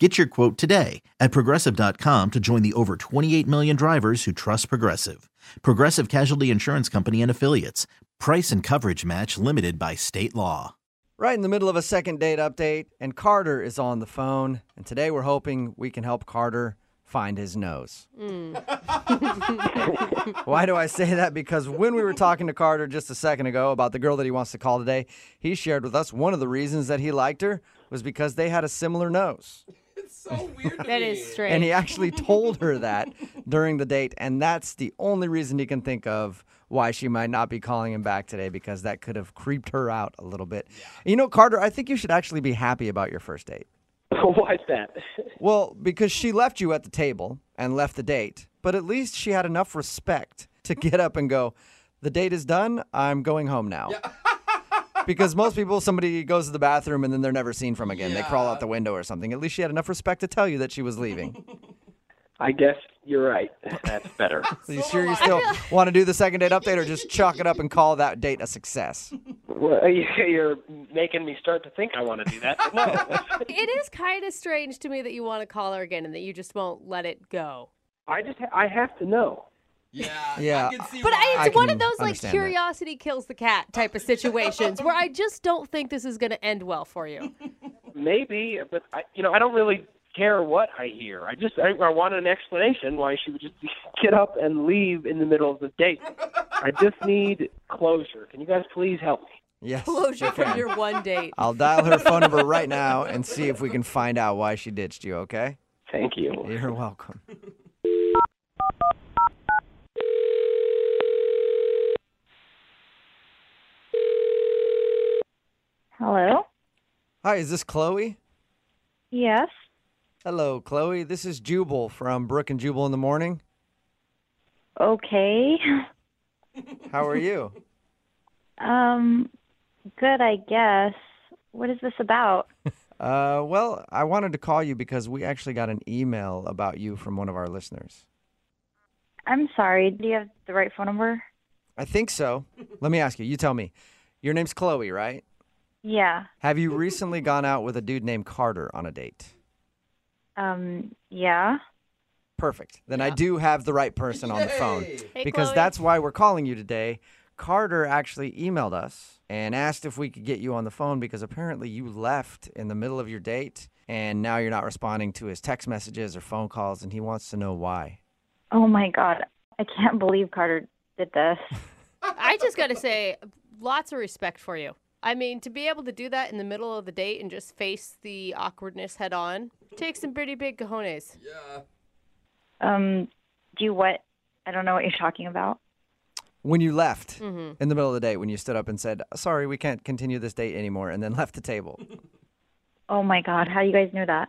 Get your quote today at progressive.com to join the over 28 million drivers who trust Progressive. Progressive Casualty Insurance Company and Affiliates. Price and coverage match limited by state law. Right in the middle of a second date update, and Carter is on the phone. And today we're hoping we can help Carter find his nose. Why do I say that? Because when we were talking to Carter just a second ago about the girl that he wants to call today, he shared with us one of the reasons that he liked her was because they had a similar nose. That is straight. And he actually told her that during the date. And that's the only reason he can think of why she might not be calling him back today because that could have creeped her out a little bit. You know, Carter, I think you should actually be happy about your first date. Why's that? Well, because she left you at the table and left the date, but at least she had enough respect to get up and go, The date is done. I'm going home now. because most people, somebody goes to the bathroom and then they're never seen from again. They crawl out the window or something. At least she had enough respect to tell you that she was leaving. I guess you're right. That's better. Are you sure you still want to do the second date update or just chalk it up and call that date a success? well, you're making me start to think I want to do that. But no, It is kind of strange to me that you want to call her again and that you just won't let it go. I just ha- I have to know. Yeah. Yeah. I can see But I, I it's one can of those like understand that. curiosity kills the cat type of situations where I just don't think this is going to end well for you. Maybe, but I, you know, I don't really care what I hear. I just I, I want an explanation why she would just get up and leave in the middle of the date. I just need closure. Can you guys please help me? Yes. Closure you from can. your one date. I'll dial her phone number right now and see if we can find out why she ditched you, okay? Thank you. You're welcome. Hello? Hi, is this Chloe? Yes. Hello, Chloe. This is Jubal from Brook and Jubal in the Morning. Okay. How are you? Um good, I guess. What is this about? Uh, well, I wanted to call you because we actually got an email about you from one of our listeners. I'm sorry. Do you have the right phone number? I think so. Let me ask you. You tell me. Your name's Chloe, right? Yeah. Have you recently gone out with a dude named Carter on a date? Um yeah. Perfect. Then I do have the right person on the phone. Hey, because Chloe. that's why we're calling you today. Carter actually emailed us and asked if we could get you on the phone because apparently you left in the middle of your date and now you're not responding to his text messages or phone calls and he wants to know why. Oh my god. I can't believe Carter did this. I just got to say, lots of respect for you. I mean, to be able to do that in the middle of the date and just face the awkwardness head on takes some pretty big cojones. Yeah. Um do you what? I don't know what you're talking about. When you left in the middle of the date when you stood up and said, "Sorry, we can't continue this date anymore," and then left the table Oh my god. How you guys knew that?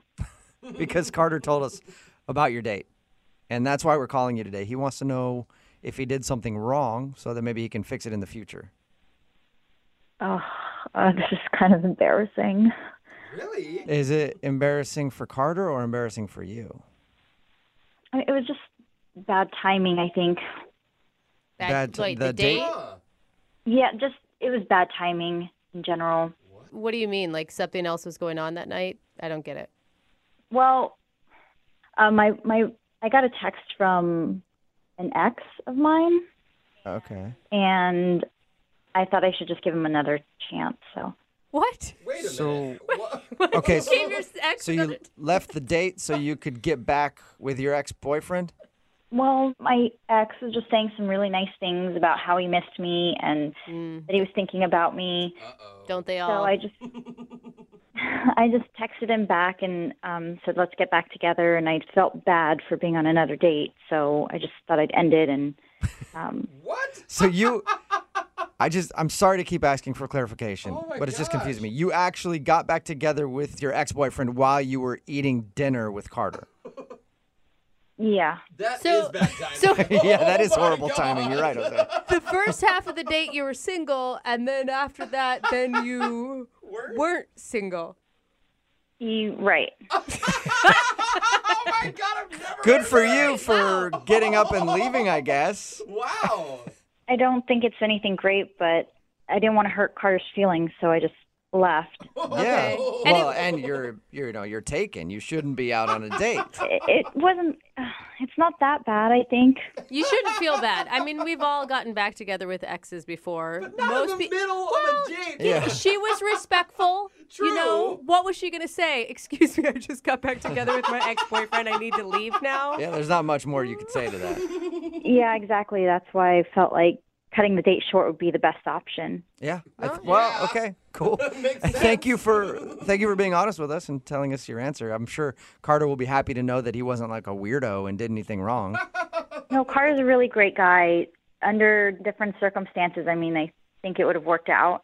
because Carter told us about your date. And that's why we're calling you today. He wants to know if he did something wrong so that maybe he can fix it in the future. Oh, uh, this is kind of embarrassing. Really? Is it embarrassing for Carter or embarrassing for you? I mean, it was just bad timing, I think. That, That- like, the the date- date. Huh. Yeah, just it was bad timing in general. What do you mean? Like something else was going on that night? I don't get it. Well, uh, my my I got a text from an ex of mine, Okay. and I thought I should just give him another chance. So What? Wait a So- minute. What? Okay. You gave your ex So you left the date so you could get back with your ex-boyfriend? well, my ex was just saying some really nice things about how he missed me and that he was thinking about me. Uh-oh. Don't they So all? I just I just texted him back and um, said let's get back together. And I felt bad for being on another date, so I just thought I'd end it. And um, What? So you I just I'm sorry to keep asking for clarification, Oh my but it's just gosh. confusing me. You actually got back together with your ex-boyfriend while you were eating dinner with Carter. Yeah. That is So- bad timing. so- yeah, that Oh is my horrible God. timing. You're right, Jose. The first half of the date you were single, and then after that, then you Word? weren't single. You right. oh my God, I've never Good heard for that. you for getting up and leaving, I guess. Wow. I don't think it's anything great, but I didn't want to hurt Carter's feelings, so I just left. Yeah. Okay. And it- Well, and you're you're you know you're taken. You shouldn't be out on a date. It, it wasn't. It's not that bad, I think. You shouldn't feel bad. I mean, we've all gotten back together with exes before. Not in the pe- middle of a date. Yeah. She was respectful. You know, True. what was she going to say? Excuse me, I just got back together with my ex boyfriend. I need to leave now. Yeah, there's not much more you could say to that. Yeah, exactly. That's why I felt like cutting the date short would be the best option. Yeah. I th- well, okay, cool. thank you for thank you for being honest with us and telling us your answer. I'm sure Carter will be happy to know that he wasn't like a weirdo and did anything wrong. No, Carter's a really great guy. Under different circumstances, I mean, I think it would have worked out.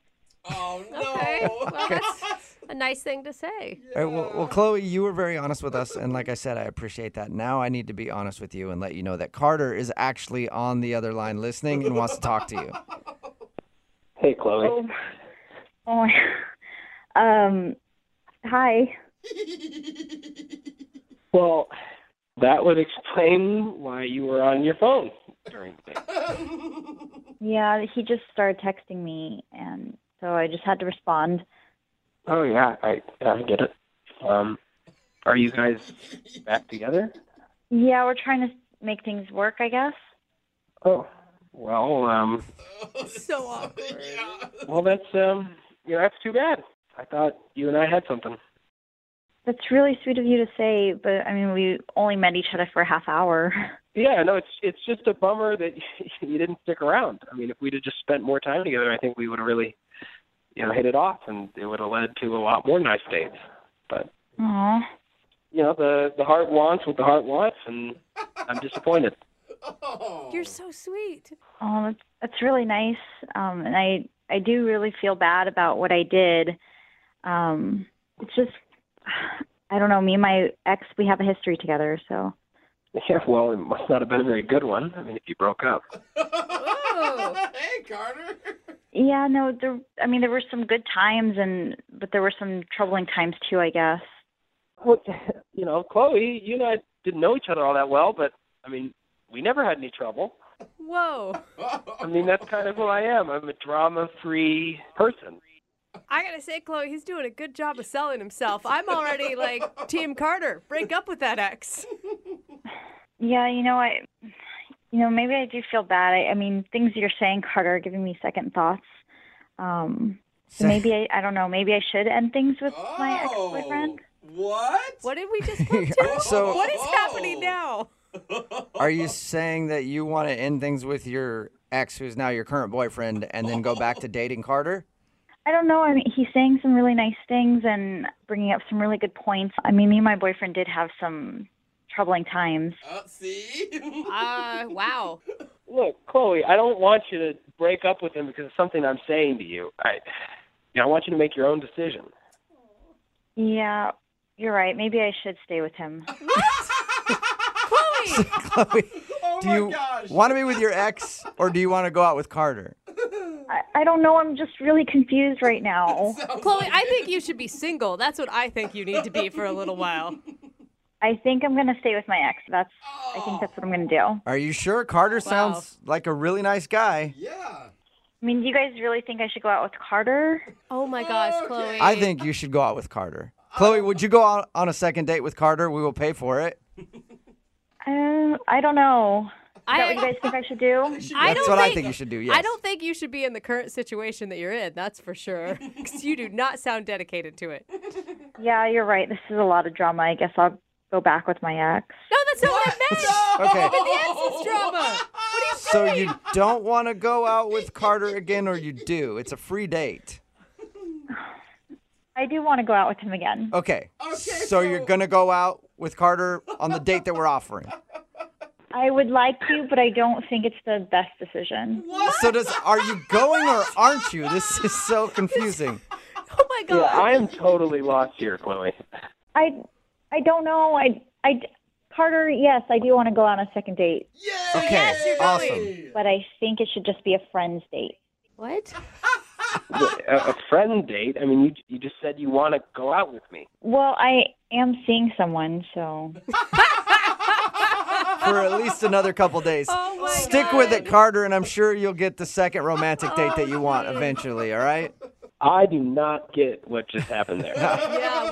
Oh no. Okay. Well, that's a nice thing to say. All right, well, well, Chloe, you were very honest with us, and like I said, I appreciate that. Now I need to be honest with you and let you know that Carter is actually on the other line listening and wants to talk to you. Hey, Chloe. Oh, oh my- um, hi. Well, that would explain why you were on your phone during the day. Yeah, he just started texting me, and so I just had to respond. Oh yeah, I I get it. Um, are you guys back together? Yeah, we're trying to make things work, I guess. Oh, well, um, So awkward. well that's um, you know that's too bad. I thought you and I had something. That's really sweet of you to say, but I mean, we only met each other for a half hour. Yeah, no, it's it's just a bummer that you didn't stick around. I mean, if we'd have just spent more time together, I think we would have really, you know, hit it off, and it would have led to a lot more nice dates. But Aw. you know, the the heart wants what the heart wants, and I'm disappointed. You're so sweet. Oh, that's, that's really nice. Um, and I, I do really feel bad about what I did. Um, it's just, I don't know. Me and my ex, we have a history together, so Yeah, well, it must not have been a very good one. I mean, if you broke up. Oh. hey, Carter. yeah. No, there. I mean, there were some good times, and but there were some troubling times too, I guess. Well, you know, Chloe, you and I didn't know each other all that well, but I mean, we never had any trouble. Whoa. I mean, that's kind of who I am. I'm a drama-free person. I gotta say, Chloe, he's doing a good job of selling himself. I'm already like Team Carter. Break up with that ex. Yeah, you know, I, you know, maybe I do feel bad. I, I mean, things you're saying, Carter, are giving me second thoughts. Um, so maybe I, I don't know. Maybe I should end things with my ex-boyfriend. Oh. What? What did we just come to? Oh, So- what is Whoa. happening now? Are you saying that you want to end things with your ex, who's now your current boyfriend, and then go back to dating Carter? I don't know. I mean, he's saying some really nice things and bringing up some really good points. I mean, me and my boyfriend did have some troubling times. Uh, see? Uh, wow. Look, Chloe, I don't want you to break up with him because of something I'm saying to you. I, you know, I want you to make your own decision. Yeah, you're right. Maybe I should stay with him. Chloe, Chloe, oh do my you gosh. want to be with your ex, or do you want to go out with Carter? I, I don't know. I'm just really confused right now. Chloe, I think you should be single. That's what I think you need to be for a little while. I think I'm gonna stay with my ex. That's. I think that's what I'm gonna do. I Are you sure? Carter sounds like a really nice guy. Yeah. mean, do you guys really think I should go out with Carter? Oh my gosh, Chloe. I think you should go out with Carter. Chloe, would you go out on a second date with Carter? We will pay for it. Uh, I don't know. Is that what you I, guys think I should do? I That's don't what think, I think you should do. Yes. I don't think you should be in the current situation that you're in. That's for sure. 'Cause you do not sound dedicated to it. Yeah, you're right. This is a lot of drama. I guess I'll go back with my ex. No, that's not what, I meant. Okay. The Oh. ex is drama. So you don't want to go out with Carter again, or you do? It's a free date. I do want to go out with him again. Okay. Okay. So you're gonna go out with Carter on the date that we're offering. I would like to, but I don't think it's the best decision. So does are you going or aren't you? This is so confusing. Oh my Yeah, god. I am totally lost here, Chloe. I I don't know. I I Carter, yes, I do want to go on a second date, Yay! Okay, Yes, you're awesome. going. but I think it should just be a friend's date. What? a, a friend date. I mean, you you just said you want to go out with me. Well, I am seeing someone, so for at least another couple days. Oh my Stick with it, Carter, and I'm sure you'll get the second romantic date that you want Oh, eventually, all right? I do not get what just happened there. I Yeah.